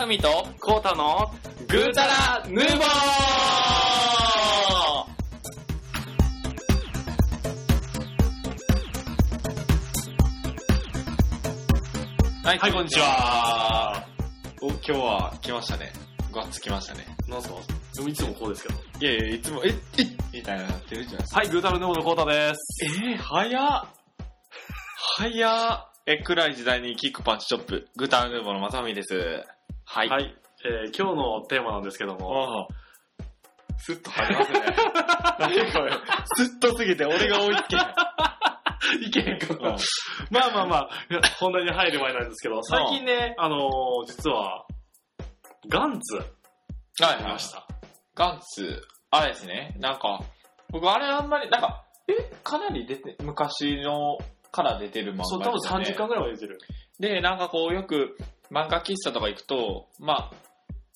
ふみとコータのぐーたらヌーボーはい、はいこんにちはお、今日は来ましたね。ごっつ来ましたね。なんすかでもいつもこうですけど。いやいや、いつも、え、えみたいななってるじゃないですか。はい、グータルヌーボーのコータです。えー、早っ早っえ、暗い時代にキックパンチチョップ、グータンヌーボーのまさみです。はい。はい、えー、今日のテーマなんですけども、ああ。スッと入ります ね。何これ。スッとすぎて俺が追いつけない。 いけへんかった。うんまあまあまあ、いや本題に入る前なんですけど、最近ね、あのー、実は、ガンツ、はあい、りはいまし。た。ガンツ、あれですね。なんか、僕あれあんまり、なんか、え、かなり出て、昔のから出てる漫画ですそよう、ね。多分30巻ぐらいまで出てる。で、なんかこう、よく漫画喫茶とか行くと、まあ、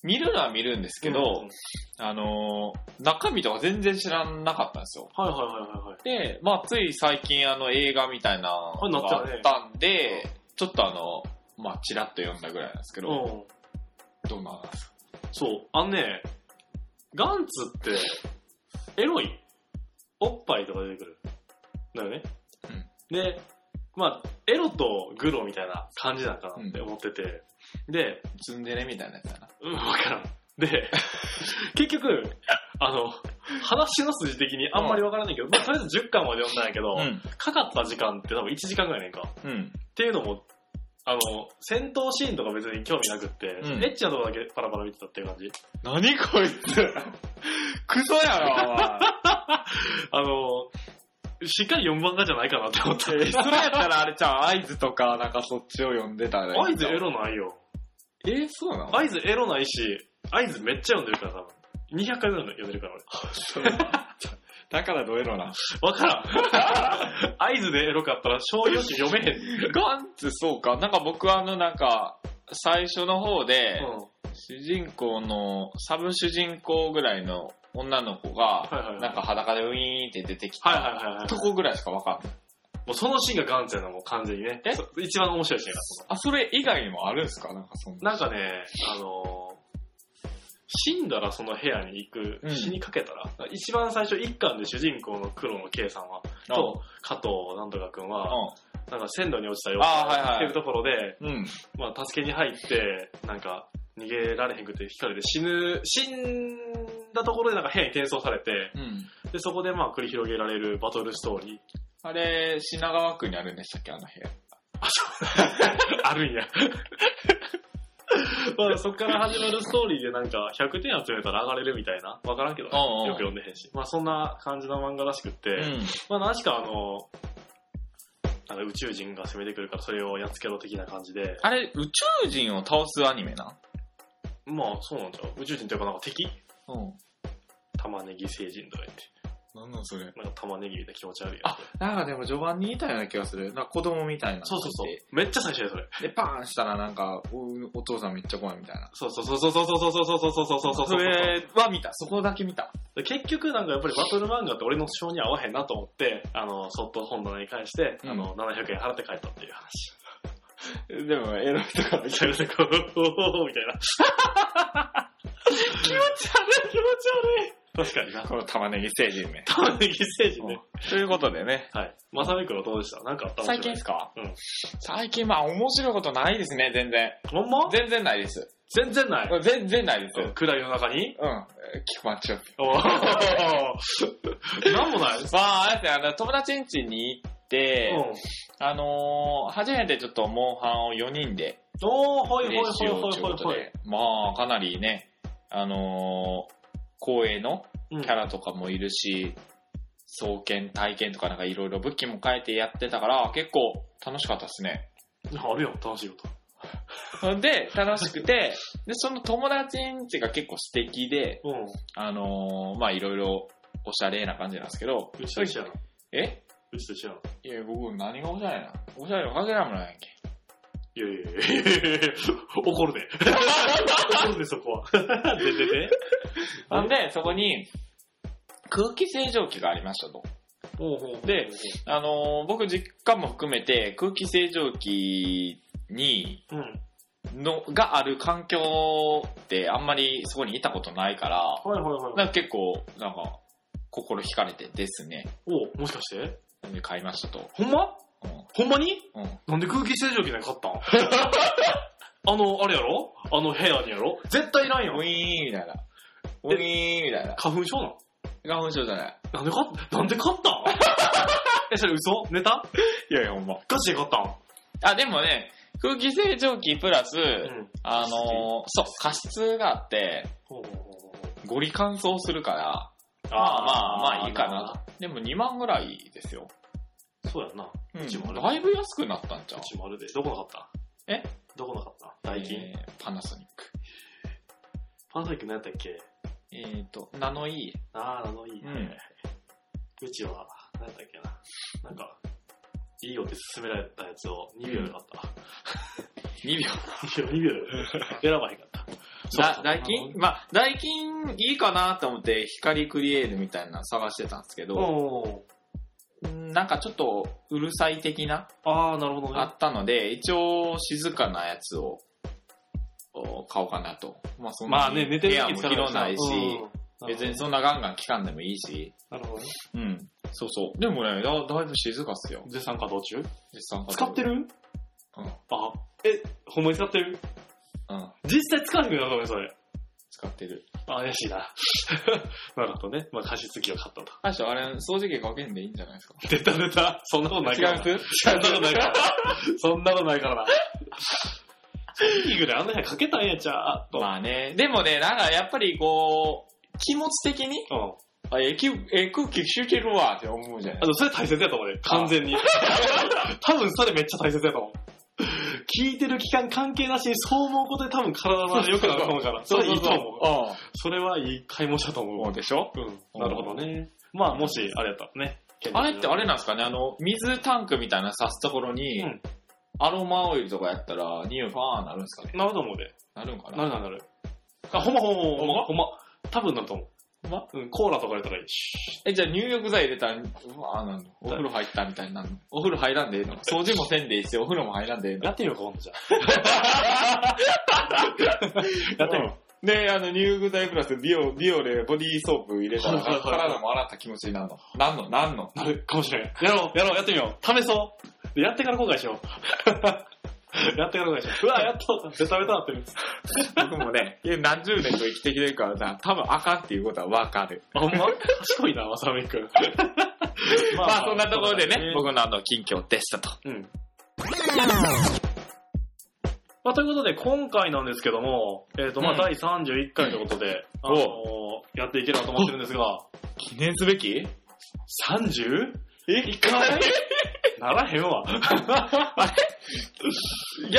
見るのは見るんですけど、うんあのー中身とか全然知らなかったんですよ。はいはいはいはいはい。で、まあ、つい最近あの映画みたいなのがああなっったたんで、ちょっとあの、まあ、チラッと読んだぐらいなんですけど、うん。どんな話ですかそう、あのね、ガンツって、エロい。おっぱいとか出てくる。だよね。で、まあ、エロとグロみたいな感じなんかなって思ってて。で、ツンデレみたいなやつだな。うん、わからん。で、結局、あの、話の筋的にあんまりわからないけど、まあ、とりあえず10巻まで読んだんやけど、うかかった時間って多分1時間ぐらいねんか。っん。うん。ていうのも、あの、戦闘シーンとか別に興味なくって、うんエッチなとこだけパラパラ見てたっていう感じ。何こいつクソやろ、あの、しっかり4番がじゃないかなって思った。お前えそれやったらあれちゃう、合図とか、なんかそっちを読んでたらいいんちゃ合う図エロないよ。えそうなの合図エロないし、合図めっちゃ読んでるから多分。200回ぐらい読んでるから俺。 だからどうエロな。わから ん。合図でエロかったら商用紙読めへん。ガンツ、そうか。なんか僕あの、なんか、最初の方で、うん。主人公の、サブ主人公ぐらいの女の子が、はいはいはいなんか裸でウィーンって出てきた、はいはいはいはい。とこぐらいしかわかんない。もうそのシーンがガンツやな、もう完全にね。えそ一番面白いシーンだあ、それ以外にもあるんすかなんかそんな。なんかね、あのー死んだらその部屋に行く、うん死にかけたら、一番最初一巻で主人公の黒野圭さんは、うんと、加藤なんとかくんは、なんか線路に落ちたよあーはいはいっていうところで、うん。うん。まあ、助けに入って、なんか、逃げられへんくて、ひかれて死ぬ、死んだところでなんか部屋に転送されて、うん。で、そこでまあ繰り広げられるバトルストーリー。 あれ、品川区にあるんでしたっけあの部屋。あるんや。 まあ、そっから始まるストーリーでなんか100点集めたら上がれるみたいな。わからんけどね、うんうんよく読んでへんし。まあそんな感じの漫画らしくって、うん。まあ何しかあの、なんか宇宙人が攻めてくるからそれをやっつけろ的な感じで、あれ、宇宙人を倒すアニメなまあそうなんじゃう宇宙人というかなんか敵うん。玉ねぎ星人とか言って。なんなんそれ。なんか玉ねぎみたいな気持ち悪いやあつ。、なんかでも序盤にいたような気がする。なんか子供みたいな。そうそうそう。めっちゃ最初やそれ。で、パーンしたらなんか、おお父さんめっちゃ怖いみたいな。そうそうそうそうそうそうそうそうそうそうそうそうそう。は見た。そこだけ見た。で結局なんかやっぱりバトル漫画って俺の性に合わへんなと思って、あの、そっと本棚に返して、うんあの、700円払って帰ったっていう話。でも、エロいとかみたいな、こう、おーみたいな。気持ち悪い、気持ち悪い。確かにな。この玉ねぎ成人名。玉ねぎステージね。ということでね。はい。まさみくんはどうでしたなんかあった最近ですかかうん最近、まあ、面白いことないですね、全然。ほんま全然ないです。全然ない。全然ないです。うん。暗いの中にキクマンチョップ。おー なんもない。まあ、あれですね、あの、友達ん家に行って、うん。あのー、初めてちょっと、モンハンを4人でおー、ほいプほいレイしほいよほういというほいことほい。で、まあ、かなりね、あのー、光栄のうんキャラとかもいるし、双剣、体験とかなんかいろいろ武器も変えてやってたから、結構楽しかったですね。あるよ、楽しいこと。で、楽しくて、で、その友達んちが結構素敵で、うん。あのー、まあいろいろおしゃれな感じなんですけど、うちと一緒やな。えうちと一緒やな。いや、僕何がおしゃれなおしゃれのかけらもないや んけ。いやいやいやいや怒るで。怒るで、そこは。ででで。ほんで、そこに空気清浄機がありましたと。でで、あのー僕実家も含めて空気清浄機にうん。の、がある環境ってあんまりそこにいたことないから、はいはいは。ないんか結構、なんか、心惹かれてですね。おもしかしてで、買いましたと。ほんまうん。ほんまにうん。なんで空気清浄機なんか買ったんあの、あれやろあの部屋にやろ絶対いらんやウィーん。ンみたいな。ウィーンみたいな。花粉症なん花粉症じゃない。なんで買ったなんで買ったん え、それ嘘ネタいやいや、ほんま。ガチで買ったんあ、でもね、空気清浄機プラス、うん。あのーそう、加湿があって、ほうほうほうほうゴリ乾燥するから、まあまあまあいいかな。でも2万ぐらいですよ。そうやんな。ううちもあん、るだいぶ安くなったんじゃうんちもあるで。どこなかったえどこなかったダイキン。えーパナソニック。パナソニック何やったっけえっ、ー、と、ナノイー。ああ、あのいい。うんうちは、何やったっけな。なんか、いいよって勧められたやつを2秒で買った。 2秒。 2秒、2秒で選ばへんかった。だそうダイキンまあ、ダイキンいいかなと思って、光クリエイルみたいなの探してたんですけうど、ん。うんなんかちょっとうるさい的な、ああ、なるほどあね。ったので、一応静かなやつを、お買おうかなと。まあ、そんなまあね、寝てる部屋時も広ないし、うん別にそんなガンガン期間でもいいし、なるほどね。うん。そうそう。でもね、だだいぶ静かっすよ。絶賛稼働中実際使ってるうん。あ、え、ほんまに使ってるうん。実際使わへんくなったね、それ。使ってる。あ、怪しいな。 なるほどね。まあ、加湿器を買ったと。あれでしょ、あれ、掃除機かけんでいいんじゃないですか。出た出た。そんなことないからな。違うそんなことないから。そんなことないからな。正直ぐらいあんな部屋かけたんやちゃーっと。まあね、でもね、なんかやっぱりこう、気持ち的に、うん。あ、え、きえ空気吸ってるわって思うじゃないあの、それ大切やと思うね。完全に。 多分それめっちゃ大切やと思う。聞いてる期間関係なしにそう思うことで多分体は良くなると思うから。それいいと思う。思それはいい買い物したとう思うん。そ。うでしょうん。なるほどね。まあ、もし、あれやったらね。あれってあれなんですかね、あの、水タンクみたいなの刺すところに、うんアロマオイルとかやったら、匂いファーンなるんですかねなると思うで。なるんかななるなるなる。あ、ほんまほんまほんま。ほんま。多分なると思う。ほんまうん、コーラとか入れたらいいし。え、じゃあ入浴剤入れたら、うわあなんのお風呂入ったみたいになるのお風呂入らんでええの掃除もせんでいいし、お風呂も入らんでええのやってみようか、今度じゃ あ。やってみようんで、あの、入浴剤プラスビオ、ビオレ、ボディーソープ入れたら、はいはいはい体も洗った気持ちになるの。なんのなんのう。なるかもしれん。やろう、やろう、やってみよう。試そう。で やってから後悔しよう。やってから後悔しよう。うわ、やっと、ベタベタなってる。僕もね、いや何十年と生きてきてるからさ、多分あかんっていうことはわかる。あ、ほんま賢いな、まさみくん。 ままあ、そんなところでね、僕のあの、近況でしたと。うん。まあ、ということで、今回なんですけども、えっ、と、まあ、うん第31回ということで、あのーやっていければと思ってるんですが、記念すべき 30? え一回ならへんわ。や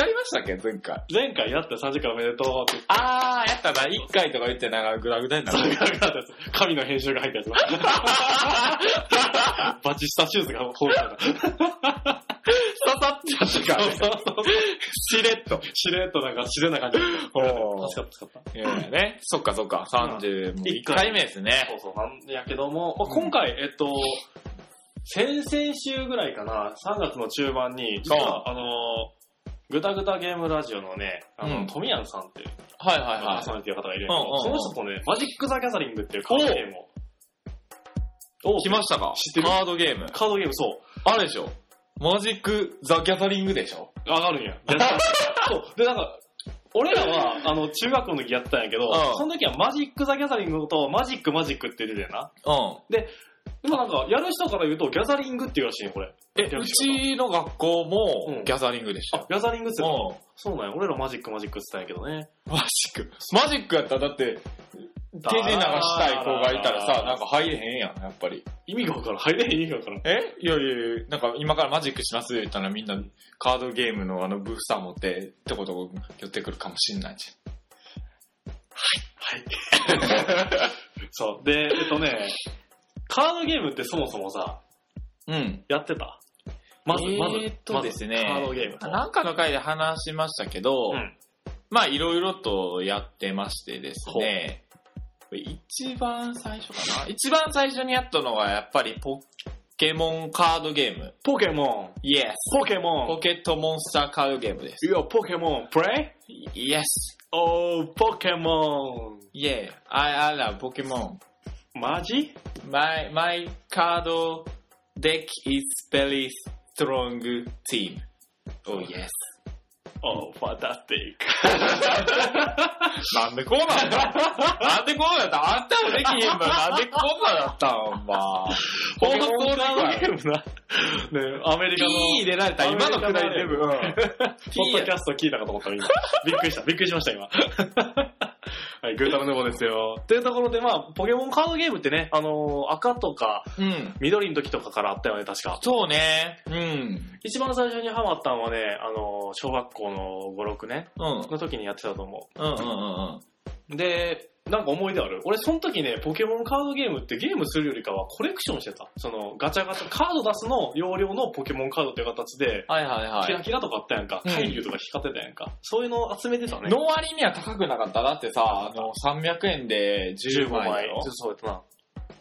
りましたっけ前回。前回やった30回おめでとうって言ってあー、やったな。一回とか言って、なんかグラグラになる。神の編集が入ったやつ。 バチスタシューズがこうしたから。刺さってたかそうそうしれっと。 しれっとなんか、しれな感じ。おー助かった、助かっいやいやね。そっかそっか。31回目ですた。ね。そうそう、なんやけども、まあ今回、えっと、先々週ぐらいかな、3月の中盤に、実そうは、あのー、ぐたぐたゲームラジオのね、あの、うんトミヤンさんっていう、はいはパいーはいソ。ナリティの方がいるんやけうんうんど、うんその人とね、マジック・ザ・ギャザリングっていうカードゲームを、を来ましたか知ってるカードゲーム。カードゲーム、そう。あれでしょマジック・ザ・ギャザリングでしょ上がるん や。そう。で、なんか、俺らは、あの、中学校の時やってたんやけど、うんその時はマジック・ザ・ギャザリングと、マジック・マジックって出てたよな。うん。でもなんか、やる人から言うと、ギャザリングっていうらしいね、これ。え、うちの学校うもんギャザリングでしたあよ。、ギャザリングっすよ。うん。そうなんや。俺らマジック・マジックって言ってたんやけどね。マジック。マジックやったらだって、手品がしたい子がいたらさ、なんか入れへんやん、やっぱり。意味がわからん。入れへん意味がわからん。えいやいやいや、なんか今からマジックしますよ言ったらみんなカードゲームのあのブースター持って、ってことこ寄ってくるかもしんないじはい。そう。で、えっとね、カードゲームってそもそもさ、ゃん。うん。やってた まず、まず、えーっとまずですねカードゲームと。なんかの回で話しましたけど、うん。まあいろいろとやってましてですね、一番最初かな一番最初にやったのはやっぱりポッケモンカードゲーム。ポケモン。イエス。ポケモポケットモンスターカードゲームですン。。よ、ポケモン。プレイイエス。おー、ポケモイエー。I, I love Pokemon. ン。マジ My, my card deck is very strong team. Oh yes. おー、ファンタスティック。 なんでこうなんだなんでこうなんだあんたもできへんのなんでこうなんだったんほんま。ポ放ケ送モン でカードゲームな。ね、アメリカの。 T 入れられた今のくだり全部。ポうんッドキャスト聞いたかと思ったら今。 びっくりした、びっくりしました今。 はい、グータムヌボですよ。というところで、まあ、ポケモンカードゲームってね、あのー赤とかうん。緑の時とかからあったよね、確か。そうね。うん。一番最初にハマったのはね、あのー小学校の5、6年うん。の時にやってたと思うんうんうんう。で、なんか思い出ある俺、その時ね、ポケモンカードゲームってゲームするよりかはコレクションしてた。その、ガチャガチャ、カード出すの容量のポケモンカードっていう形で、はいはいはキラい。キラとかあったやんか。うん海流とか光ってたやんか。そういうのを集めてたね。の割には高くなかった。だってさ、あの、300円で15 15枚枚よ。。そうやっ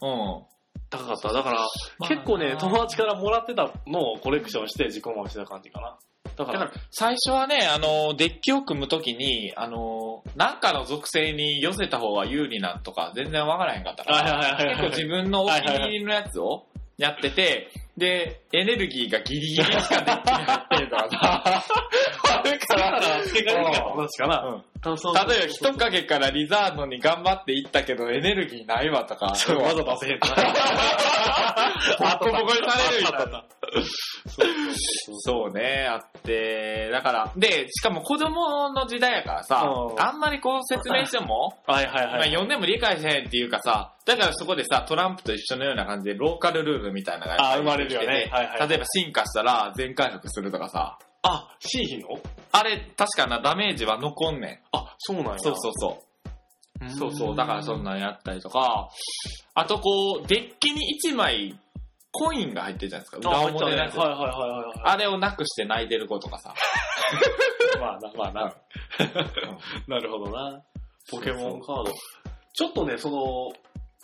たな。うん。高かった。だから、まあ結構ね、友達からもらってたのをコレクションして自己満してた感じかな。だかだら、から、最初はね、あの、デッキを組むときに、あの、なんかの属性に寄せた方が有利なんとか、全然わからへんかったから、はいはいはい結構自分のお気に入りのやつをやってて、で、エネルギーがギリギリしかデッキに入ってるから さ、あるか、だからら、付け替えなかった話かな。うんあそう例えば、人影からリザードに頑張っていったけど、エネルギーないわとか、そうわざとせへんな。ボッコボコにされる みたいな。そうそうそうね、あって、だから、で、しかも子供の時代やからさう、んあんまりこう説明しても、はいはいまあ はい。読んでも理解せへんっていうかさ、だからそこでさ、トランプと一緒のような感じでローカルルールみたいなのがやっぱりあ生まれるよね出てきてはいはい例えば進化したら全回復するとかさ、あ、シーヒのあれ、確かな、ダメージは残んねん。あ、そうなんや。そうそうそうう。ん。そうそう、だからそんなんやったりとか、あとこう、デッキに1枚コインが入ってるじゃないですか。あ。裏入った表のね。はいはやいつ。はいはい。あれをなくして泣いてる子とかさ。まあな、まあな。 なるほどな。ポケモンカード。ちょっとね、その、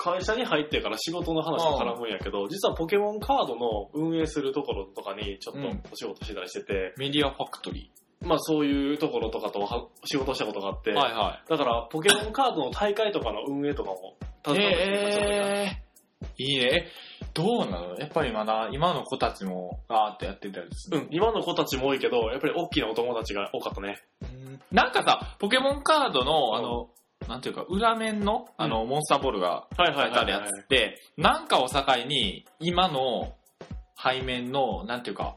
会社に入ってから仕事の話に絡むんやけど、実はポケモンカードの運営するところとかにちょっうんとお仕事してたりしてて、メディアファクトリまあそういうところとかとは仕事したことがあって、ー。はいはだからポケモンカードの大会とかの運営とかも、い。携わってましたねえー、いいね。えどうなのやっぱりまだ今の子たちもガーってやってたりすうる。ん、今の子たちも多いけど、やっぱり大きなお友達が多かったね。うん。なんかさ、ポケモンカードの、あの、なんていうか、裏面の、あの、モンスターボールがはいは書いいてはあい、るやつって、なんかを境に、今の背面の、なんていうか、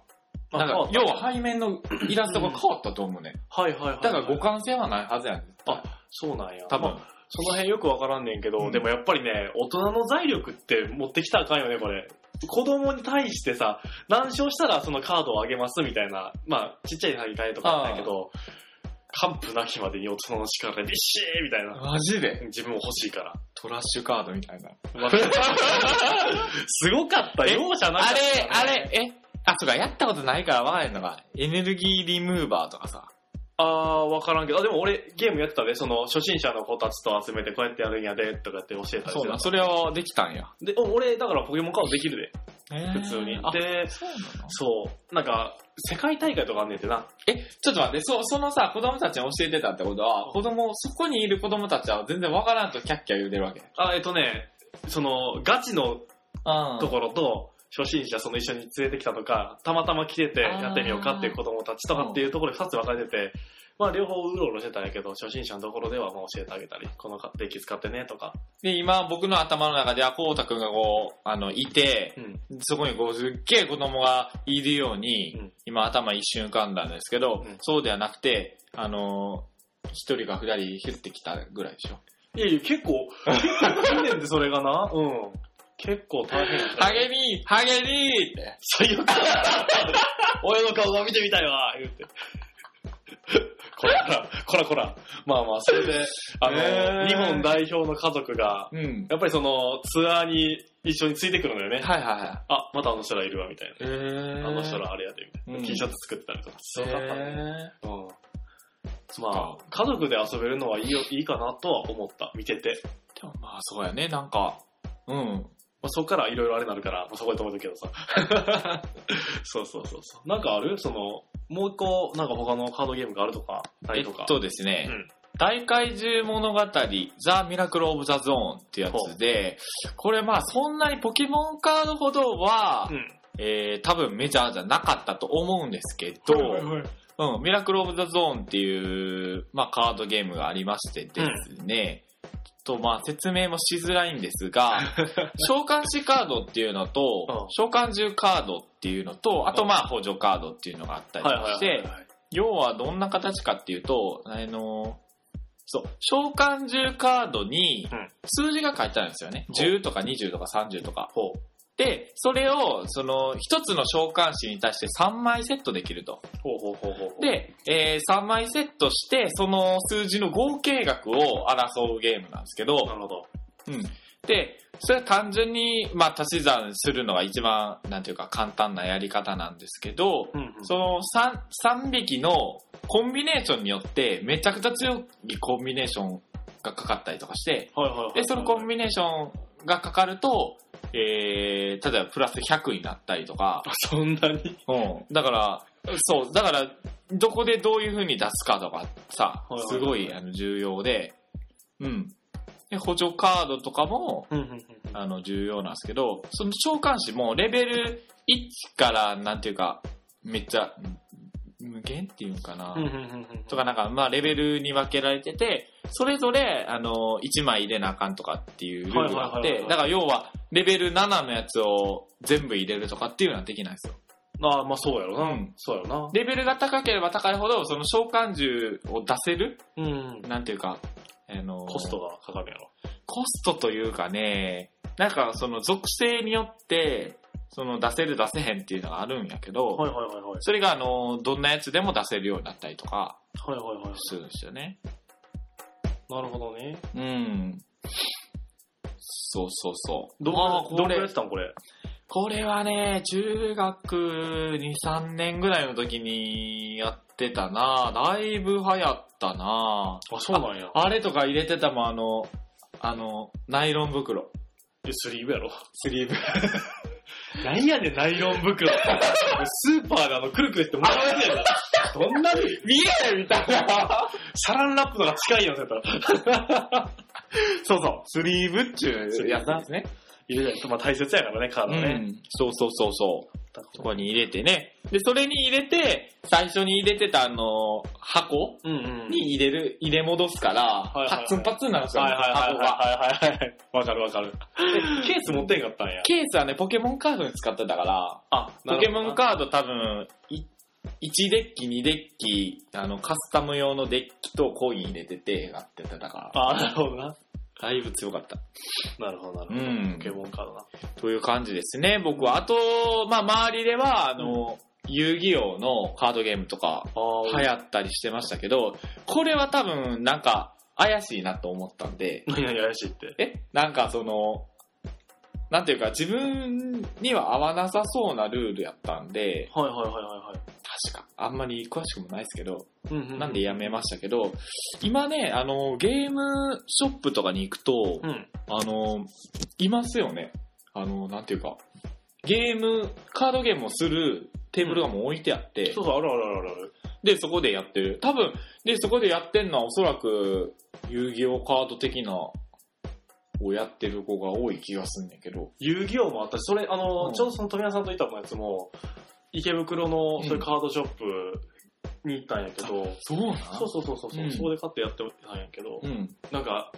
あなんか、変要わっは背 面のイラストが変わったと思うね。たはいはいはい。だから互換性はないはずやねあそうなんや。多分。その辺よくわからんねんけど、うんでもやっぱりね、大人の財力って持ってきたらあかんよね、これ。子供に対してさ、難勝したらそのカードをあげますみたいな、まあ、ちっちゃい大会とかなんだけど、完膚なきまでに大人の力でビシーみたいな。マジで自分も欲しいから。トラッシュカード みたいな。 すごかった。え容赦なかっあた、れ、あ。れ、え、あ、そうか、やったことないからわからへんのが、エネルギーリムーバーとかさ。あー、わからんけど、あでも俺ゲームやってたで、その初心者の子たちと集めてこうやってやるんやで、とかって教えたりしてた。そうな、それはできたんや。で、お俺だからポケモンカードできるで、普普通に。あ、で、そうなのそう。なんか、世界大会とかあんねんてな。え、ちょっと待って、そ、そのさ、子供たちに教えてたってことは、子供、そこにいる子供たちは全然わからんとキャッキャ言うてるわけ。あ、えっとね、その、ガチのあところと、初心者その一緒に連れてきたとか、たまたま来ててあーやってみようかっていう子供たちとかっていうところで2つ分かれてて、まあ両方うろうろしてたんやけど、初心者のところではもう教えてあげたり、このデッキ使ってねとか。で、今僕の頭の中では、こうたくんがこう、あの、いてう、ん。そこにこう、すっげえ子供がいるように、うん今頭一瞬浮かんだんですけど、うんそうではなくて、あのー一人か二人ヒュってきたぐらいでしょ。いやいや、結構、結構いいねんで、それがな。 うん。結構大変。ハゲリーハゲリーって。最悪俺の顔が見てみたいわ言うて。こらこら、こらこら。まあまあ、それで、あの、えー日本代表の家族が、うん。やっぱりその、ツアーに一緒についてくるのよね。はいはいはい。あ、またあの人らいるわ、みたいえーな。あの人らあれやで、みたいな。うん T シャツ作ってたりとか。すごかったね。えうん。っまあか、家族で遊べるのはいいよ、いいかなとは思った。見てて。ーでもまあそうやね、なんか、うん。まあ、そこからいろいろあれなるから、まあ、そこで止めとくけどさ。 そうそうそうそう。なんかあるその、もう一個、なんか他のカードゲームがあるとか、なえいっとか。とですね、うん大怪獣物語、ザ・ミラクル・オブ・ザ・ゾーンってやつで、これまあそんなにポケモンカードほどは、うん。えー多分メジャーじゃなかったと思うんですけど、はいはいはいうん、ミラクル・オブ・ザ・ゾーンっていう、まあ、カードゲームがありましてですね、ちょっとまあ説明もしづらいんです が、召喚師カードっていうのと、召喚獣カードっていうのと、あとまあ補助カードっていうのがあったりはいはいはいして、はい要はどんな形かっていうと、あの、そう、召喚獣カードにうん数字が書いてあるんですよね。ほう10とか20とか30とか。ほで、それを、その、一つの召喚師に対して3枚セットできると。ほうほうほうほうほう。、で、え3枚セットして、その数字の合計額を争うゲームなんですけなど、るほど。うん。で、それは単純に、まあ、足し算するのが一番、なんていうか、簡単なやり方なんですけど、うん、うん。その 3, 3匹のコンビネーションによってめちゃくちゃ強いコンビネーションがかかったりとかして、はいはいはいはい。で、そのコンビネーションがかかると、えー、例えばプラス100になったりとか、そんなにうん。だから、そう、だから、どこでどういう風に出すかとかさはいはいは、いすごいあの重要で、うん。で、補助カードとかも、うんうんうんうん。あの、重要なんですけど、その召喚師もレベル1から、なんていうか、めっちゃ、ん無限っていうのかな、うんうんうんうん。とかなんか、まあ、レベルに分けられてて、それぞれ、あの、1枚入れなあかんとかっていうルールがあっはいはいはいては、いだから要は、レベル7のやつを全部入れるとかっていうのはできないんですよ。ああ、まあそうやろな。うんそうやろレベルが高ければ高いほど、その召喚獣を出せる、な。うん。なんていうか、あの、コストがかかるやろ。コストというかね、なんかその属性によって、その出せる出せへんっていうのがあるんやけど、はいはいはいはい。それがあの、どんなやつでも出せるようになったりとかはいはいはい。するんですよね。なるほどね。うん。そうそうそう。どんぐまらあい、こどんぐらいやれって、たんこれ。これはね、中学2、3年ぐらいの時にやってたなだいぶ流行ったなあ、そうなんや。あれとか入れてたもんあの、あの、ナイロン袋。え、スリーブやろ。スリー ブ。なんやねん、ナイロン袋。スーパーであの、くるくるってもらうやつやろ。どんなに見えないみたいな。サランラップのが近いやつやった ら。そうそう、スリーブっちゅうやつですね。いるやん。まあ大切やからね、カードね。ん。そうそうそうそう。そそこに入れてね。で、それに入れて、最初に入れてたあの、箱うんうん。に入れる、入れ戻すから、いはいはいパッツンパッツンなんですよ、はいね。はいはい箱がはいはいはい。わかるわかる。ケース持ってんかったんや。ケースはね、ポケモンカードに使ってたから、あ、ポケモンか。カード多分、い1デッキ、2デッキ、あの、カスタム用のデッキとコイン入れてて、やってたから、あ、なるほどな。だいぶ強かった。なるほどなるほうど。んポ。ケモンカードな。という感じですね、僕は。あと、まあ、周りでは、あの、遊戯王のカードゲームとかあ流行ったりしてましたけど、これは多分、なんか、怪しいなと思ったんで、 何々怪しいって。えなんかその、なんていうか、自分には合わなさそうなルールやったんで、はいはいはいはいはい。確か、あんまり詳しくもないですけど、うんうなんでやめましたけど、今ね、あの、ゲームショップとかに行くと、うん。あの、いますよね。あの、なんていうか、ゲーム、カードゲームをするテーブルがもう置いてあって、そうそう、あるあるあるある。で、そこでやってる。多分、で、そこでやってんのはおそらく、遊戯王カード的な、をやってる子が多い気がすんねんけど。遊戯王もあったし、それ、あの、うんちょうどその富山さんといたのやつも、池袋のそういうカードショップに行ったんやけど、そうなんそうそうそうそう、うんそこで買ってやってたんやけど、うん。なんか、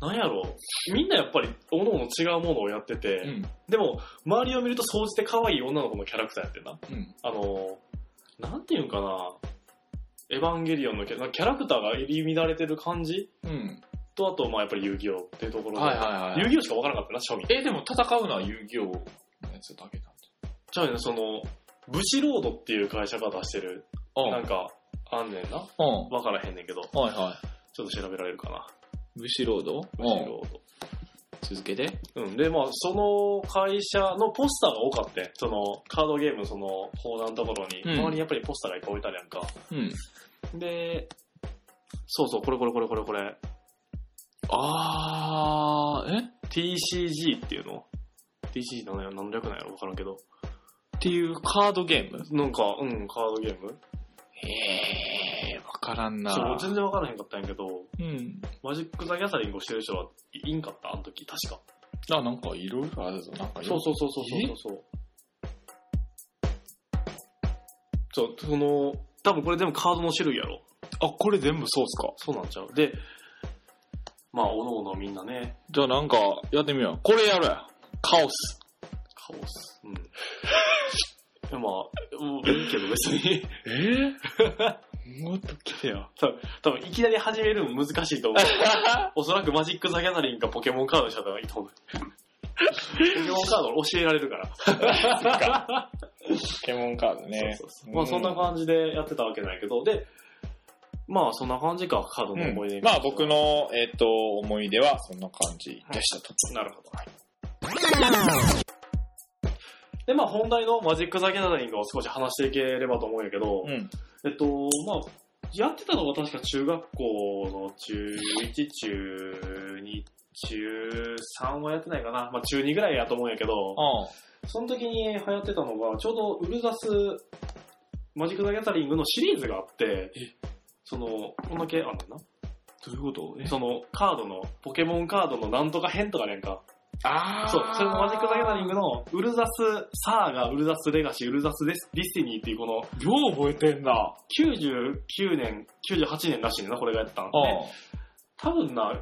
なんやろう、みんなやっぱり、おのおの違うものをやってて、うん。でも、周りを見ると、総じて可愛い女の子のキャラクターやってんな。うん。あの、なんていうんかな、エヴァンゲリオンのキャラキャラクターが入り乱れてる感じうん。と、あと、まあやっぱり遊戯王っていうところで、はいはいはい。遊戯王しかわからなかったな、庶民。え、でも戦うのは遊戯王のやつだけなんじゃあね、その、ブシロードっていう会社が出してる、だ。なんか、あんねんな。うん。わからへんねんけど、ちはいはょっと調べられるかな。い。ブシロードブシローうん続けて。ド。うん。で、まあ、その会社のポスターが多かったその、カードゲームのその、コーナーのところに、うん周りにやっぱりポスターがいっぱい置いてあるやんか。うん。で、そうそう、これこれこれこれこれ。あー、え TCG っていうのって一時何何百なんやろ分からんけど。っていうカードゲームなんか、うん、カードゲームええー、わからんなそう、全然分からへんかったんやけど、うん。マジック・ザ・ギャザリングをしてる人はいいんかったあの時、確か。あ、なんかいろいろあるぞ。なんかそうそうそうそうそうそう。そう、その、多分これ全部カードの種類やろ。う。あ、これ全部そうっすか。そうなんちゃう。で、まあ、おのおのみんなね、じゃあなんか、やってみよう。これやろうや。カオス。カオス。 うん。まあ、もういいけど別に、え えもっと来てよ。多分いきなり始めるの難しいと 思う。おそらくマジック・ザ・ギャザリングかポケモンカードにした方がいいと思 う。ポケモンカード俺教えられるから。ポケモンカードね。そうそうそうまあそんな感じでやってたわけないけど、で、まあそんな感じか、カードの思い出、うんまあ僕。の、えっと思い出はそんな感じでしたと。なるほど。で、まあ本題のマジック・ザ・ギャザリングを少し話していければと思うんやけど、うん。えっと、まあ、やってたのが確か中学校の中1、中2、中3はやってないかな。まあ中2ぐらいやと思うんやけど、あその時に流行ってたのが、ちょうどウルザスマジック・ザ・ギャザリングのシリーズがあってえ、その、こんだけあんねんな。どういうことそのカードの、ポケモンカードのなんとか編とかねんか。ああ。そう、それもマジック・ザ・ギャザリングのウルザス・サーガ、ウルザス・レガシー、ウルザス・ディスディスティニーっていうこのよう覚えてんな。あ99年、98年らしいねんな、これがやってたんで。多分な、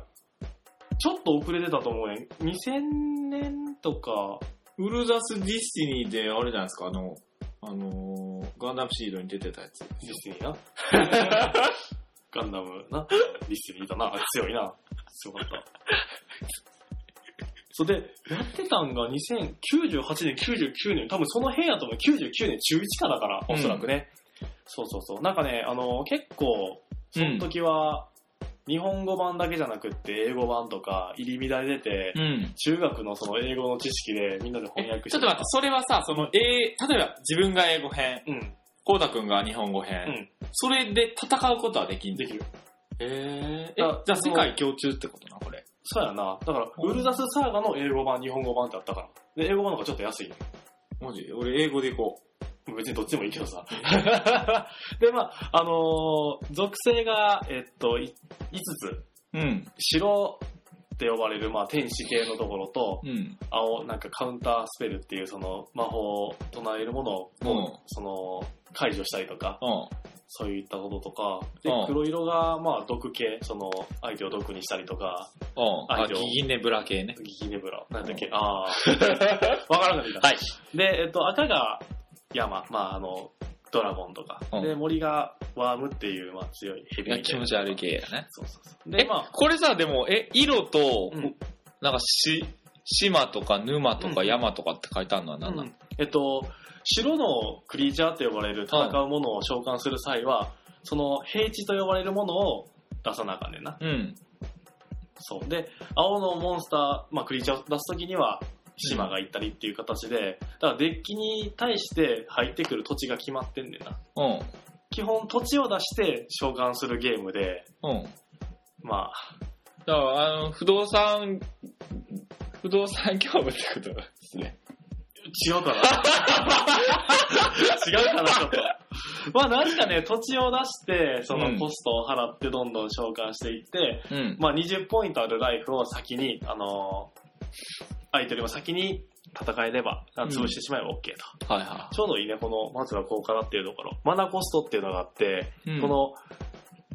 ちょっと遅れてたと思うねん。2000年とか、ウルザス・ディスティニーであれじゃないですか、あの、あのーガンダムシードに出てたやつ。ディスティニーな。 ガンダムな。ディスティニーだな。強いな。強かった。それで、やってたんが2098年、99年、多分その辺やと思う。99年中1かだから、うんおそらくね。そうそうそう。なんかね、あの、結構、その時は、日本語版だけじゃなくって、英語版とか入り乱れてて、ん。中学のその英語の知識でみんなでえ翻訳してちょっと待って、それはさ、その、えー、例えば自分が英語編、て。うん。コウタくんが日本語編、うんそれで戦うことはできんできる。えーじゃあ世界共通ってことな、これ。そうやな。だから、うんウルザスサーガの英語版、日本語版ってあったから。で、英語版の方がちょっと安いね。マジ俺英語でいこ別にどっちでもいいけど さ。で、まあ、あのー属性が、えっと、5つ。う。うん。白って呼ばれる、まあ、天使系のところと、うん。青、なんかカウンタースペルっていう、その、魔法を唱えるものを、うんその、解除したりとか、うん。そういったこととか、でうん、黒色が、まあ、毒系、その、相手を毒にしたりとか、うん。ああ、ギギネブラ 系ね。ギギネブラ。なんだっけ、うんああ。わからなくなった。はい。で、えっと、赤が山、まあ、あの、ドラゴンとか。うんで、森がワームっていう、まあ、強いヘいビやみた気いな持ち悪い。系やね。そうそうそう。えで、、まあ、これさ、でも、え、色と、うんなんかし、島とか沼とかうん山とかって書いてあるのはう何なのん、えっと、白のクリーチャーと呼ばれる戦うものを召喚する際は、その平地と呼ばれるものを出さなあかんねんな。うん。そう。で、青のモンスター、まあ、クリーチャーを出すときには、島が行ったりっていう形で、だからデッキに対して入ってくる土地が決まってんねんな。うん。基本土地を出して召喚するゲームで、うん。まあ、だから、あの、不動産、不動産業務ってことですね。違うかな違うかなちょっと。まあなんかね、土地を出して、そうんのコストを払ってどんどん召喚していって、うん。まあ20ポイントあるライフを先に、あのー相手よりも先に戦えれば、あ潰してしまえば OK と。はいはちょうどいいね、この、まずはこうかなっていうところ。マナコストっていうのがあって、い。うんこ、の、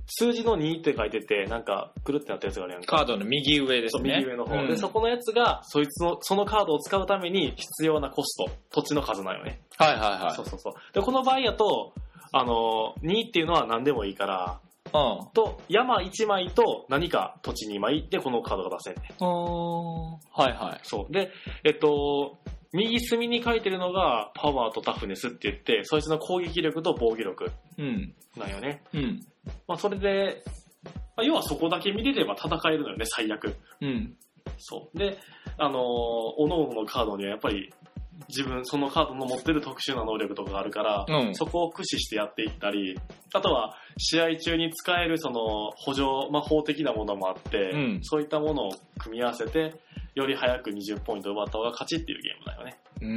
数字の2って書いてて、なんか、くるってなったやつがあるやんか。カードの右上ですそうね。右上の方、うんで、そこのやつが、そいつの、そのカードを使うために必要なコスト、土地の数なのね。はいはいはい。そうそうそう。で、この場合やと、あの、2っていうのは何でもいいから、うん。と、山1枚と何か土地2枚でこのカードが出せんね。おーはいはい。そう。で、えっと、右隅に書いてるのが、パワーとタフネスって言って、そいつの攻撃力と防御力うん。なんよね。うん。まあ、それで、まあ、要はそこだけ見れれば戦えるのよね、最悪。うん。そう。で、あのー、おののカードにはやっぱり、自分、そのカードの持ってる特殊な能力とかがあるから、うん。そこを駆使してやっていったり、あとは、試合中に使えるその、補助魔法的なものもあって、うんそういったものを組み合わせて、より早く20ポイント奪った方が勝ちっていうゲームだよね。う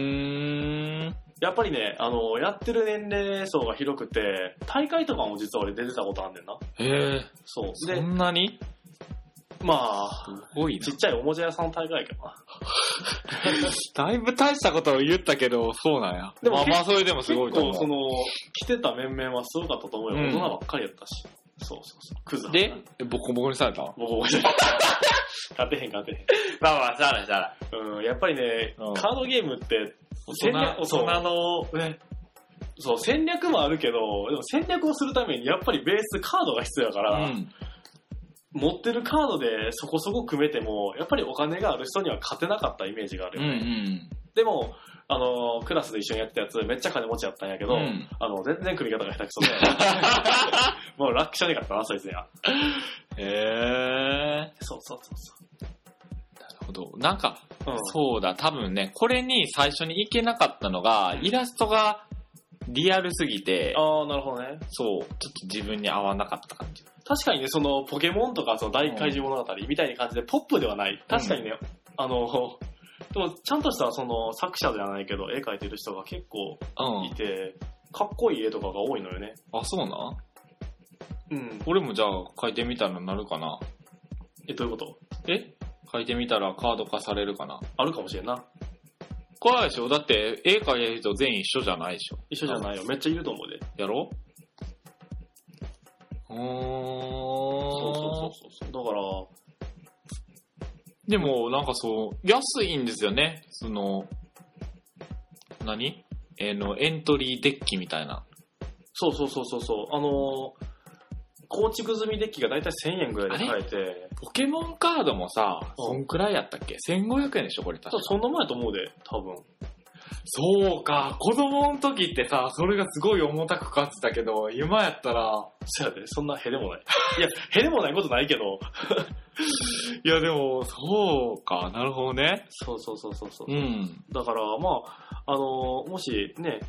ーん。やっぱりね、あの、やってる年齢層が広くて、大会とかも実は俺出てたことあんねんな。へえ。そう。そで、んなにまあ、すごいちっちゃいおもちゃ屋さんの大会やけどな。な。 だいぶ大したことを言ったけど、そうなんや。でもまあまあ、それでもす結ごいと構そ思の、来てた面々はすごかったと思うよ。うん大人ばっかりやったし。そうそうそう。クズう。で、えボコボコにされたま僕覚えてない 勝てへん勝てあまあ、しゃあないしゃあない。へん。うん、やっぱりね、うんカードゲームって、大人、大そう人の、ね、そう、戦略もあるけど、でも戦略をするためにやっぱりベースカードが必要やかうら、ん。持ってるカードでそこそこ組めても、やっぱりお金がある人には勝てなかったイメージがあるうよんうね。ん。でも、あのークラスで一緒にやってたやつ、めっちゃ金持ちやったんやけど、うんあの、全然組み方が下手くそで、 もう楽勝に勝ったな、そいつや。へえ。そうそうそうそなるほど。なんか、う。うん、そうだ、多分ね、これに最初に行けなかったのが、イラストがリアルすぎて、ああ、なるほどね。そう、ちょっと自分に合わなかった感じ。確かにね、その、ポケモンとか、その、大怪獣物語みたいな感じで、ポップではない。確かにね、あの、でも、ちゃんとした、その、作者じゃないけど、絵描いてる人が結構うい。て、かっこいい絵とかが多いのよね。あ、そうなんうん。俺もじゃあ書いてみたらなるかな。え、どういうことえ書いてみたらカード化されるかな。あるかもしれんな。これでしょだって、絵描いてる人全員一緒じゃないでしょ。一緒じゃないよ。めっちゃいると思うで。やろうーん。そうそうそうそう。だから、でも、なんかそう、安いんですよね。その、何えーの、エントリーデッキみたいな。そうそうそうそうそう。あのー構築済みデッキがだいたい1000円ぐらいで買えて、ポケモンカードもさ、うんそんくらいやったっけ ?1500 円でしょこれた確だかそんな前やと思うで、多分。そうか、子供の時ってさ、それがすごい重たく感じたけど、今やったら、そやで、そんなへでもない。いや、へでもないことないけど。いやでも、そうか、なるほどね。そうそうそうそうそう。うん。だから、まあ、あのーもしね、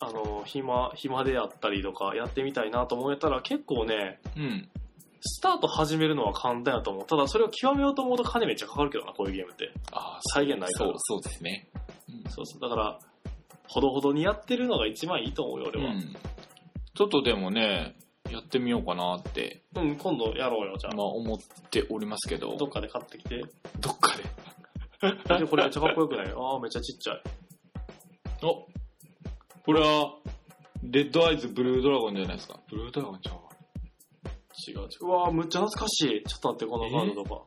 あのー暇、暇であったりとか、やってみたいなと思えたら、結構ね、うん。スタート始めるのは簡単やと思う。ただ、それを極めようと思うと金めっちゃかかるけどな、こういうゲームって。ああ、再現ないかそうら。、そうですね。うそうそう。だから、ほどほどにやってるのが一番いいと思うよ、ん。俺は。ちょっとでもね、やってみようかなって、うん、今度やろうよ、じゃあま。あ思っておりますけど、どっかで買ってきて。どっかで。でこれめっちゃかっこよくない ああ、めっちゃちっちゃい。おこれは、レッドアイズブルードラゴンじゃないですか。ブルードラゴンちゃうわ。違う違う。うわあ、むっちゃ懐かしい。ちょっと待って、このカードとか。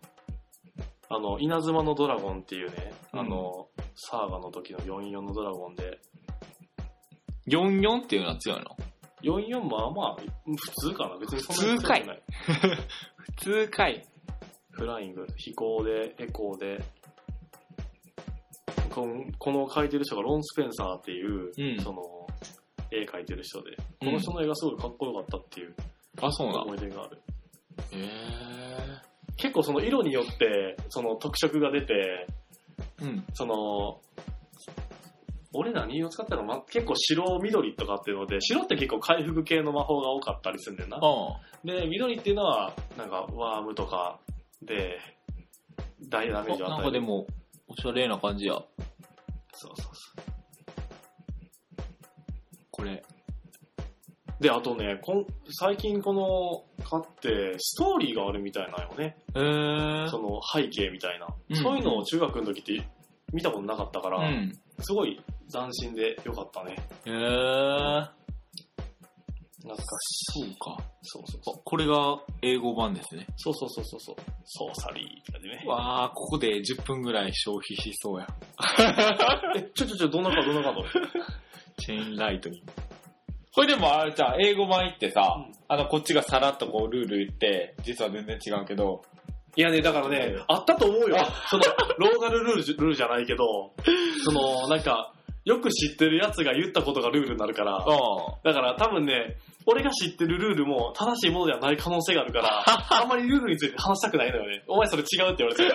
あの、稲妻のドラゴンっていうね、うんあの、サーガの時の44のドラゴンで、 44っていうのは強いの44まあまあ、普通かな。別にそんなに普通かい強くない。普通かい。フライング、飛行で、エコーで、このこの描いてる人がロン・スペンサーっていう、うんその、絵描いてる人で、うこんの人の絵がすごいかっこよかったっていうあ、そうなの思い出がある。へえ。結構その色によってその特色が出てうん。その俺何を使ったの、ま、結構白緑とかっていうので白って結構回復系の魔法が多かったりするんだよなあで緑っていうのはなんかワームとかで大ダメージをなん与かえでるも、おしゃれな感じや。そうそうそこれ。うであとねこん最近この買ってストーリーがあるみたいなんよねえーその背景みたいな、うんそういうのを中学の時って見たことなかったかうら、ん。すごい斬新でよかったねえー懐かしそい。うか。そうそうあこれが英語版ですね。そう。そうそうそうそう。そうサリーって感じね。わあ、ここで10分ぐらい消費しそうや。え、ちょちょちょ、どんなカードどんなカードチェーンライトに。これでもあれじゃあ、英語版行ってさ、うんあの、こっちがさらっとこうルール言って、実は全然違うけど、 いやね、だからね、あったと思うよ。その、ローガルルールじルールじゃないけど、その、なんか、よく知ってるやつが言ったことがルールになるから、うだから多分ね、俺が知ってるルールも正しいものではない可能性があるから、 あんまりルールについて話したくないのよね。お前それ違うって言われてる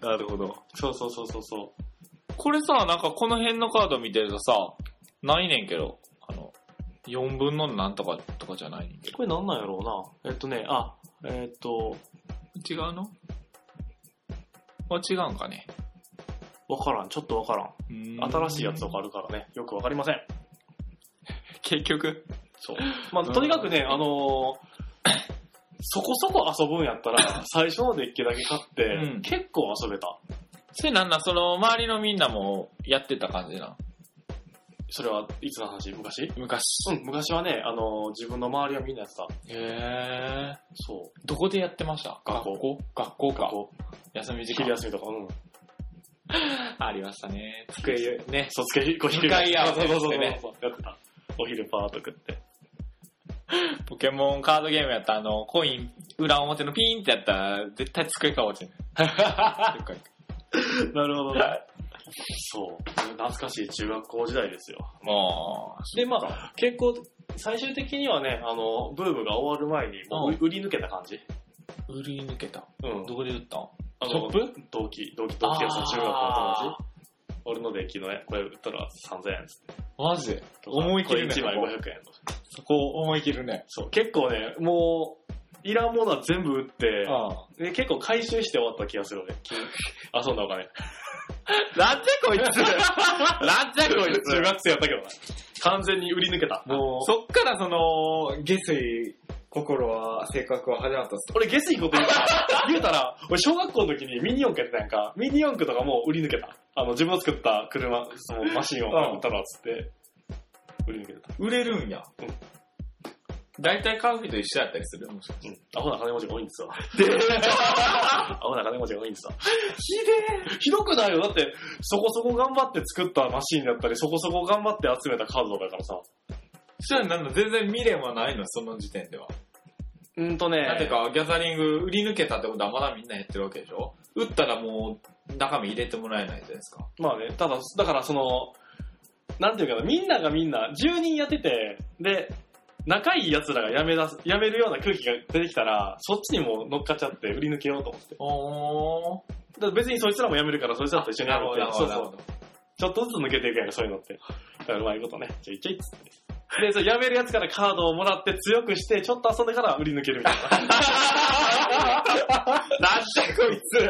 から。ん。なるほど。 そうそうそうそうそう。これさ、なんかこの辺のカード見てるとさ、ないねんけど、あの、4分のなんとかとかじゃないねんけど。これなんなんやろうな。えっとね、あ、えっと、違うのこれ違うんかね。わからん、ちょっとわからん。新しいやつとかあるからね、よくわかりません。結局。そう。 まあ、とにかくね、あのー そこそこ遊ぶんやった ら、最初のデッキだけ買って、うん結構遊べた。それなんなん、その、周りのみんなもやってた感じなん。それはいつの話昔昔。うん、昔はね、あのー自分の周りはみんなやってた。へえ。そどこでやってました学校学校う。か。こ休みう時昼間。休みとか、 うん。ありましたね。机ね。卒つけ、こう向かい合わせそうそうそうですねそう。やってた。お昼パーッと食って。ポケモンカードゲームやったらあの、コイン、裏表のピーンってやったら、絶対机か落ちん。 なるほどね。 そう。懐かしい中学校時代ですよ。もう、で、まあ、結構、最終的にはね、あの、ブームが終わる前に、もう売り抜けた感じ。売り抜けた。うんど。こで売ったんあのショップ同期、同期、同期やつの中学校の友あ達。俺ので昨日ね、これ売ったら3000円っつってマジでとか思い切るこね。れ1枚ここ500円とか。そこ思い切るね。そう、結構ね、もう、いらんものは全部売って、あで結構回収して終わった気がするね。金遊ん だお金。あなんじゃ こいつなんじゃこ い中つ学生やったけどな。完全に売り抜けた。もう、そっからその、下水心は、性格は始まったっす。俺ゲスいこと言う から、言うたら、俺小学校の時にミニ四駆やってたやんか、ミニ四駆とかもう売り抜けた。あの、自分の作った車、そのマシンをうん売ったらっつって、売り抜けた。売れるんや。うん大体買う人一緒やったりするもしかしうん。アホな金持ちが多いんですよ。て。 アホな金持ちが多いんですよ。ひどくないよ。だって、そこそこ頑張って作ったマシンだったり、そこそこ頑張って集めたカードとかやからさ。そしたらなんだ、全然未練はないの、その時点では。うんとねなぜか、ギャザリング売り抜けたってことはまだみんなやってるわけでしょ売ったらもう、中身入れてもらえないじゃないですか。まあね、ただ、だからその、なんていうかな、みんながみんな、10人やってて、で、仲いい奴らが辞めだす、辞めるような空気が出てきたら、そっちにも乗っかっちゃって売り抜けようと思って。おー。だから別にそいつらも辞めるから、そいつらと一緒にやろうって。そうそう。ど。ちょっとずつ抜けていくやんか、そういうのって。だからうまいことね。じゃあ、いっちゃいっつって。で、そう、辞める奴からカードをもらって強くして、ちょっと遊んでから売り抜けるみたいな。なんじゃこいつ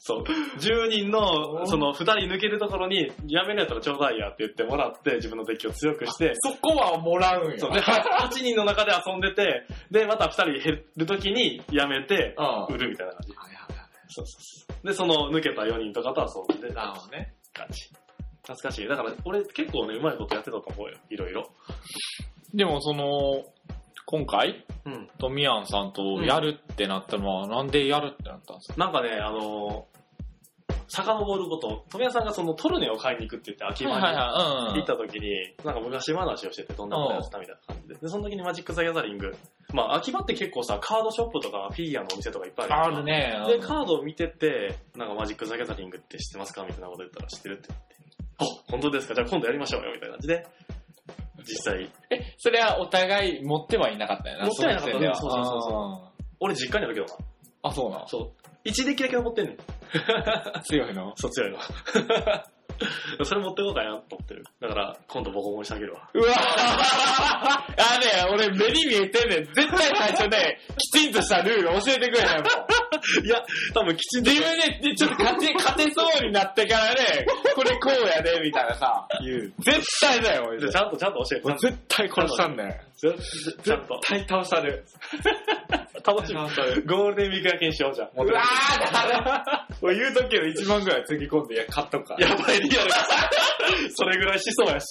そう。10人の、その、2人抜けるところに、辞めるやったらちょうだいやって言ってもらって、自分のデッキを強くして、そこはもらうんや。そうで、8人の中で遊んでて、で、また2人減るときにやめて、あ売るみたいな感じ。あ。そうそうそう。で、その抜けた4人とかと遊んでなるほどね。感じ。懐かしい。だから、俺結構ね、うまいことやってたと思うよ。いろいろ。でもその、今回、うん。トミヤンさんとやるってなったのは、なんでやるってなったんですかなんかね、あのー、遡ること、富谷さんがそのトルネを買いに行くって言って、秋葉には行った時に、なんか昔話をしてて、どんなことやってたみたいな感じで。で、その時にマジック・ザ・ギャザリング。まあ、秋葉って結構さ、カードショップとかフィギュアのお店とかいっぱいあるやんあかるね。で、カードを見てて、なんかマジック・ザ・ギャザリングって知ってますかみたいなこと言ったら知ってるって言って。あ、本当ですかじゃあ今度やりましょうよみたいな感じで、実際、え、それはお互い持ってはいなかったよな。持ってはいなかったその時点ではそうそうそうそうあ俺実家にあるけどな。ーあ、そうなの。そう。一デッキだけ残ってんねん。強いのそう強いの。それ持ってこうかなと思ってる。だから、今度ボコボコにしてあげるわ。うわ あれ、俺目に見えてんねん。絶対最初ね、きちんとしたルール教えてくれへんもん。いや、多分きちんと自分で、ちょっと勝て、勝てそうになってからね、これこうやで、みたいなさ。言う。絶対だよ、俺。ちゃんとちゃんと教えて。ちゃんと絶対殺したんだよ。ちゃんと。対倒される。楽しみ。ゴールデンウィーク明けにしようじゃん。うわーだ る俺言うとくけど1万ぐらいつぎ込んで、いや、買っとくから。やばい、リアル。それぐらいしそうやし。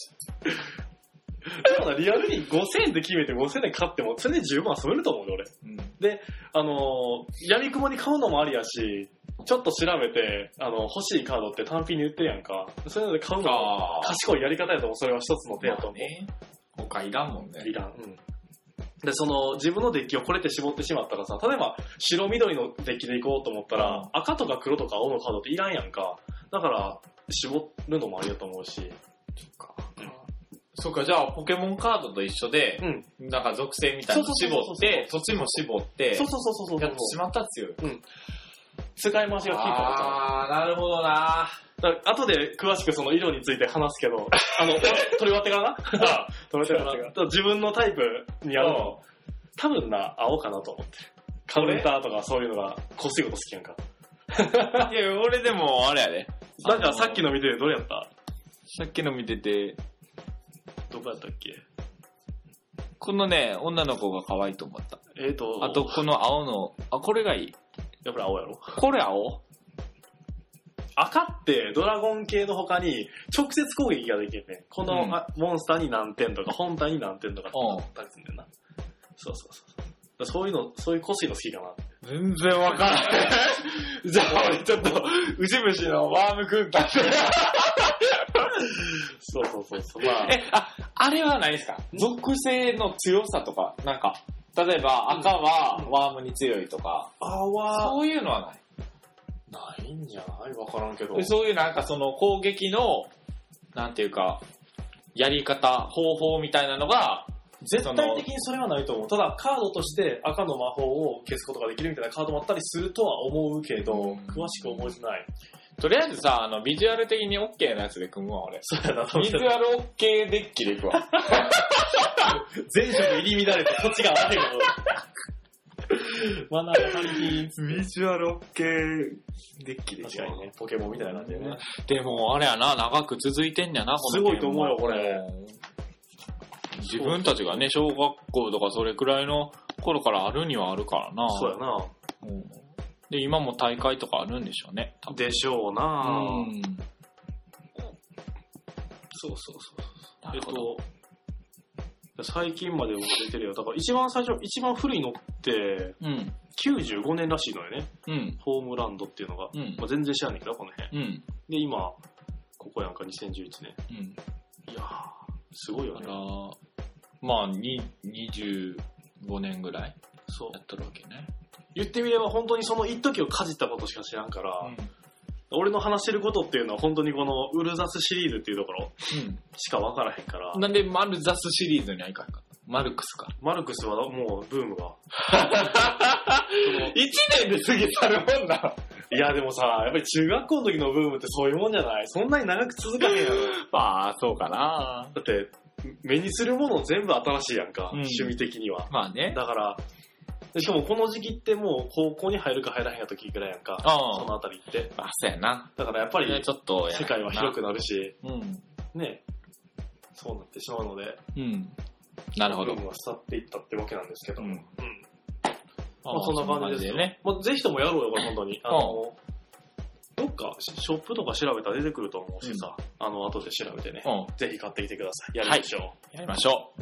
でもな、リアルに5000円で決めて5000円で買っても、それで十分遊べると思うよ、俺。うんあのー、闇雲に買うのもありやし、ちょっと調べて、あの、欲しいカードって単品に売ってるやんか。そういうので買うのもあー。賢いやり方やと思う。それは一つの手やとまあ思う。ね。他いらんもんね。いらん。うん。で、その、自分のデッキをこれって絞ってしまったらさ、例えば、白緑のデッキでいこうと思ったら、うん赤とか黒とか青のカードっていらんやんか。だから、絞るのもありだと思うし。そっか、じゃあ、ポケモンカードと一緒でう、ん。なんか属性みたいなの絞って、土地も絞って、そうそうそうそうそやうってしまったっすよ。使い回しが効いたことあー、なるほどなるだから後で詳しくその色について話すけ ど、あの、取り終わってからなあ 取り終わってからな。自分のタイプに合うの、多分な、青かなと思ってる。カウンターとかそういうのが、こっそりこと好きやんか。 いや、俺でも、あれやで。だからさっきの見ててどれやったさっきの見てて、どこやったっけこのね、女の子が可愛いと思った。えっ、と、あと、、この青の、あ、これがいい。やっぱり青やろこれ青赤ってドラゴン系の他に直接攻撃ができるね。この、うんあモンスターに何点とか、本体に何点とかってうあんったりするんだよな。そうそうそうそう。だからそういうの、そういう個性の好きかな。全然わからない。 じゃあ、俺ちょっと、ウジ虫のワーム軍団。そうそうそうそう。まあ、え、あ、あれはないですか属性の強さとか、なんか、例えば赤はワームに強いとか、あは、そういうのはない。ないんじゃないわからんけど。でそういうなんかその攻撃の、なんていうか、やり方、方法みたいなのが、絶対的にそれはないと思う。ただ、カードとして赤の魔法を消すことができるみたいなカードもあったりするとは思うけど、うん詳しく思えてない。とりあえずさ、あの、ビジュアル的に OK なやつで組むわ、俺。そうやな、ビジュアル OK デッキでいくわ。全色入り乱れて、こっちが悪いもの。マナーが足りひん。ビジュアル OK デッキで確かにね、ポケモンみたいな感じでね。 でも、あれやな、長く続いてんねやな、このすごいと思うよゲームは。自分たちがね、小学校とかそれくらいの頃からあるにはあるからな。そうやな。うんで、今も大会とかあるんでしょうね。多分でしょうな、うん。そうそうそう。なえっるほど。と、最近までも出てるよ。だから一番最初、一番古いのって、うん。 95年らしいのよね。うん。ホームランドっていうのが。うんまあ、全然知らんねんけど、この辺。うん。で、今、ここやんか、2011年。うん。いやー、すごいよだかねら。、まあ、に25年ぐらいそうや。っとるわけね。言ってみれば本当にその一時をかじったことしか知らんから、俺の話してることっていうのは本当にこのウルザスシリーズっていうところしか分からへんから、うん。なんで、マルザスシリーズにはいかんかったマルクスか。マルクスはもうブームが。 一年で過ぎ去るもんだ。いやでもさ、やっぱり中学校の時のブームってそういうもんじゃないそんなに長く続かへんやろ。まあ、そうかな。だって、目にするもの全部新しいやんか、うん趣味的には。まあね。だから、しかもこの時期ってもう高校に入るか入らへんや時ぐらいやんか、あそのあたりって。あ、そうやな。だからやっぱこりれちょっと、世界は広くなるし、うん。ね、そうなってしまうので、うん。なるほど部。分は去っていったってわけなんですけども。うんうんまあ、そんな感じですよね。。まあ、ぜひともやろうよ、これ、本当に。あの、どっか、シショップとか調べたら出てくると思うしさ、あの、後で調べてねう、ん。ぜひ買ってきてください。やりましょやりましょう。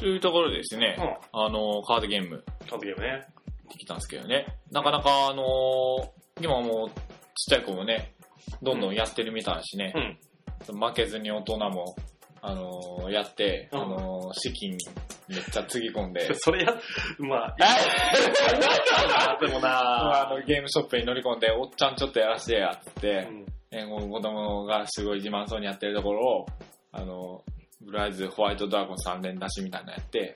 というところでですねう。、うあの、カードゲームん。買ってきてね。できたんですけどね。なかなか、あのー今もう、ちっちゃい子もね、どんどんやってるみたいだしね、うん。負けずに大人も、あのーやって、うん、あのー資金めっちゃつぎ込んで それや、まあ、でもあなのゲームショップに乗り込んで、おっちゃんちょっとやらせてや、つって、うんえー、子供がすごい自慢そうにやってるところを、あの、ブライズホワイトドラゴン3連出しみたいなのやって、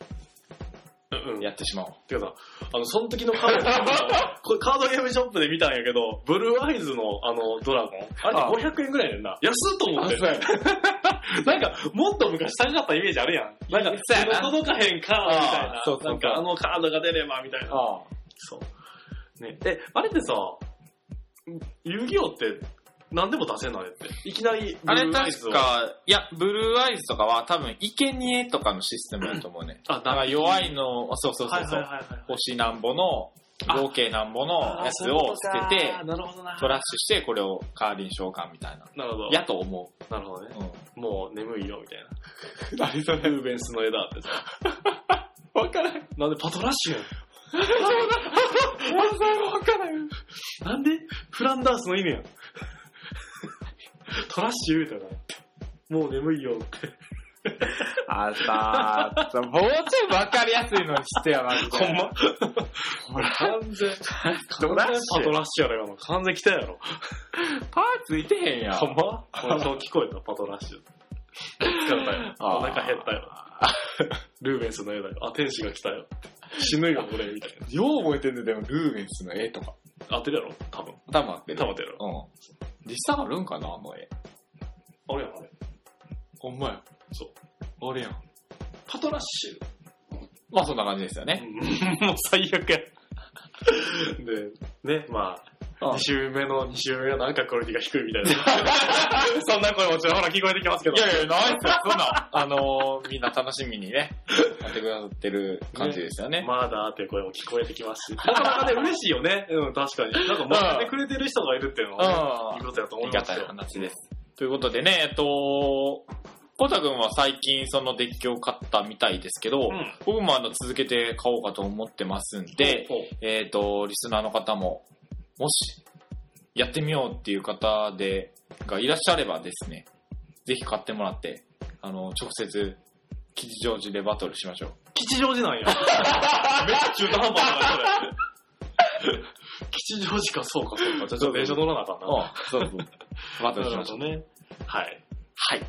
うん。うん。やってしまおう。てかさ、あの、その時のカ ードゲームの、これカードゲームショップで見たんやけど、ブルーアイズのあの、ドラゴン。あれ500円ぐらいやんな。安っと思って。なんか、もっと昔高かったイメージあるやん。なんか、そうやな手の届かへんカードみたいなあ。ーそうそうそなうんか、あのカードが出れば、みたいな。あそう。ね。え、あれってさ、遊戯王って何でも出せないって。いきなりブれルーアイズ確を、か、いや、ブルーアイズとかは多分、生贄とかのシステムだと思うね。あ、だから弱いの、そうそうはそいうはいそ。はいうはい。星なんぼの、合計なんぼのやつを捨ててあー、なるほどな。トラッシュして、これを代わりに召喚みたいな。なるほど。やと思なるほどね。 う。うん。もう眠いよ、みたいな。 何それルーベンスの枝ってさ。 わからん。なんでパトラッシュやん。わからん。なんでフランダースの犬やん。 トラッシュ言うたから。もう眠いよって。あさ ー、もうちょいわかりやすいのにしてやな、みた いな。ほら、完全。トラッシパトュ。ラッシュやろ、今の。完全来たやろ。パーついてへんやん。ほんま俺今日聞こえた、パトラッシュ。疲れたよ。あおー腹減った よ。ルーベンスの枝よ。あ、天使が来たよ。死ぬよ、俺、みたいよう覚えてんねでも、ルーベンスの絵とか。な。当てるやろ、多分。多分あってる。多分当てるやろ。うん。実際あるんかな、あの絵。あれやん、あれ。ほんまや。そう。あれやん。パトラッシュ。 まあそんな感じですよね。 もう最悪や。で、ね、まあ、うん2周目の2周目がなんかクオリティが低いみ たいな。そんな声もちらほら聞こえてきますけど。いやいや、ない ですよ、そんな。あのー、みんな楽しみにね、やってくださってる感じですよね。まだーっていう声も聞こえてき ますし。なかなかね、嬉しいよね。うん、確かに。なんか、待ってくれてる人がいるっていうのはね、いいうん。ことだとあ思いりがますたいよ。話です。ということでね、えっと、ポタ君は最近そのデッキを買ったみたいですけど、うん僕もあの続けて買おうかと思ってますんで、ほうえっと、リスナーの方も、もし、やってみようっていう方で、がいらっしゃればですね、ぜひ買ってもらって、あの、直接、吉祥寺でバトルしましょう。吉祥寺 なんや。めっちゃ中途半端だな、それ。 吉祥寺か、そうか、そうか。じゃあちょっと電車乗らなあかんな。あそうそう。 バトルしましょどね。はい。はい。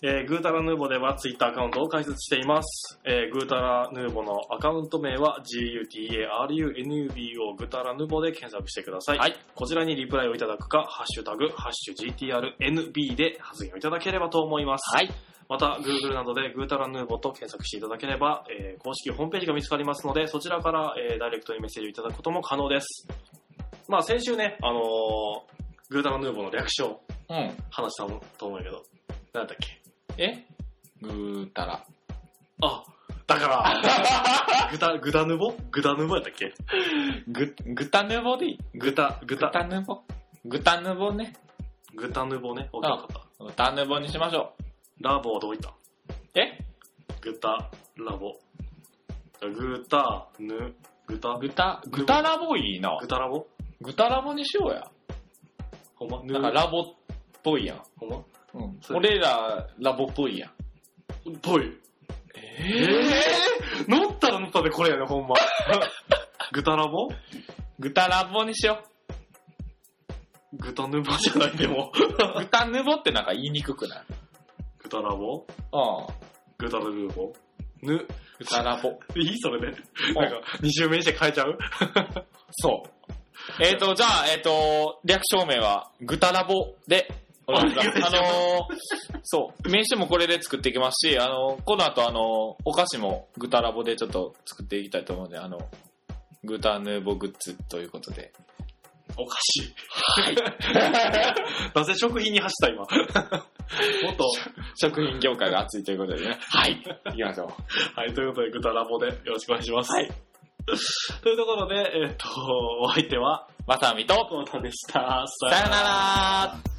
えー、グータラヌーボではツイッターアカウントを開設しています。えー、グータラヌーボのアカウント名は GUTARUNUBO グータラヌーボで検索してください。はいこちらにリプライをいただくか、ハッシュタグ、ハッシュ GTRNB で発言をいただければと思います。う。はい。また、Google などでグータラヌーボと検索していただければ、えー公式ホームページが見つかりますので、そちらから、えーダイレクトにメッセージをいただくことも可能です。まあ、先週ね、あのーグータラヌーボの略称、うん。話したと思うけど、なんだっけ。えぐーたら。あ、だから、 グタ、グタヌボグタヌボやったっけぐ、ぐたぬぼでいいグタ、グぐたタ、ぬぼぐたぬぼね。グタヌボね。おかかった。ぐたぬぼにしましょラボはどういったう。えグタ、ラボ。グタ、ヌ、グタ、ぐた、ぐたラボいいなグ。タラボぐたラボにしようや。ほんまヌなんかラボっぽいやん。ほんまうん。そう俺ら、ラボっぽいやん。ぽい。えー、乗ったら乗ったでこれやね、ほんま。 グタラボぐたラボにしよグタヌボじゃない、でも。う。ぐたぬぼってなんか言いにくくないグタラボうん。グタラルーボぬ、ぐたラボ。いいそれで。なんか、2周目にして変えちゃうそう。えっ、ー、と、じゃあ、えっ、と、略証明は、ぐたラボで、お願いしますお願いしまあすのーそう、名刺もこれで作っていきますし、あのーこの後、あのーお菓子もぐたラボでちょっと作っていきたいと思うので、あの、ぐたヌーボグッズということ で。おかしい。なぜ食品に走った、今。もっと。食品業界が熱いということでね。はい。行きましょう。はい、ということで、グタラボでよろしくお願いします。はい。というところで、えっ、と、お相手は、まさみと、コータでした。ささよなら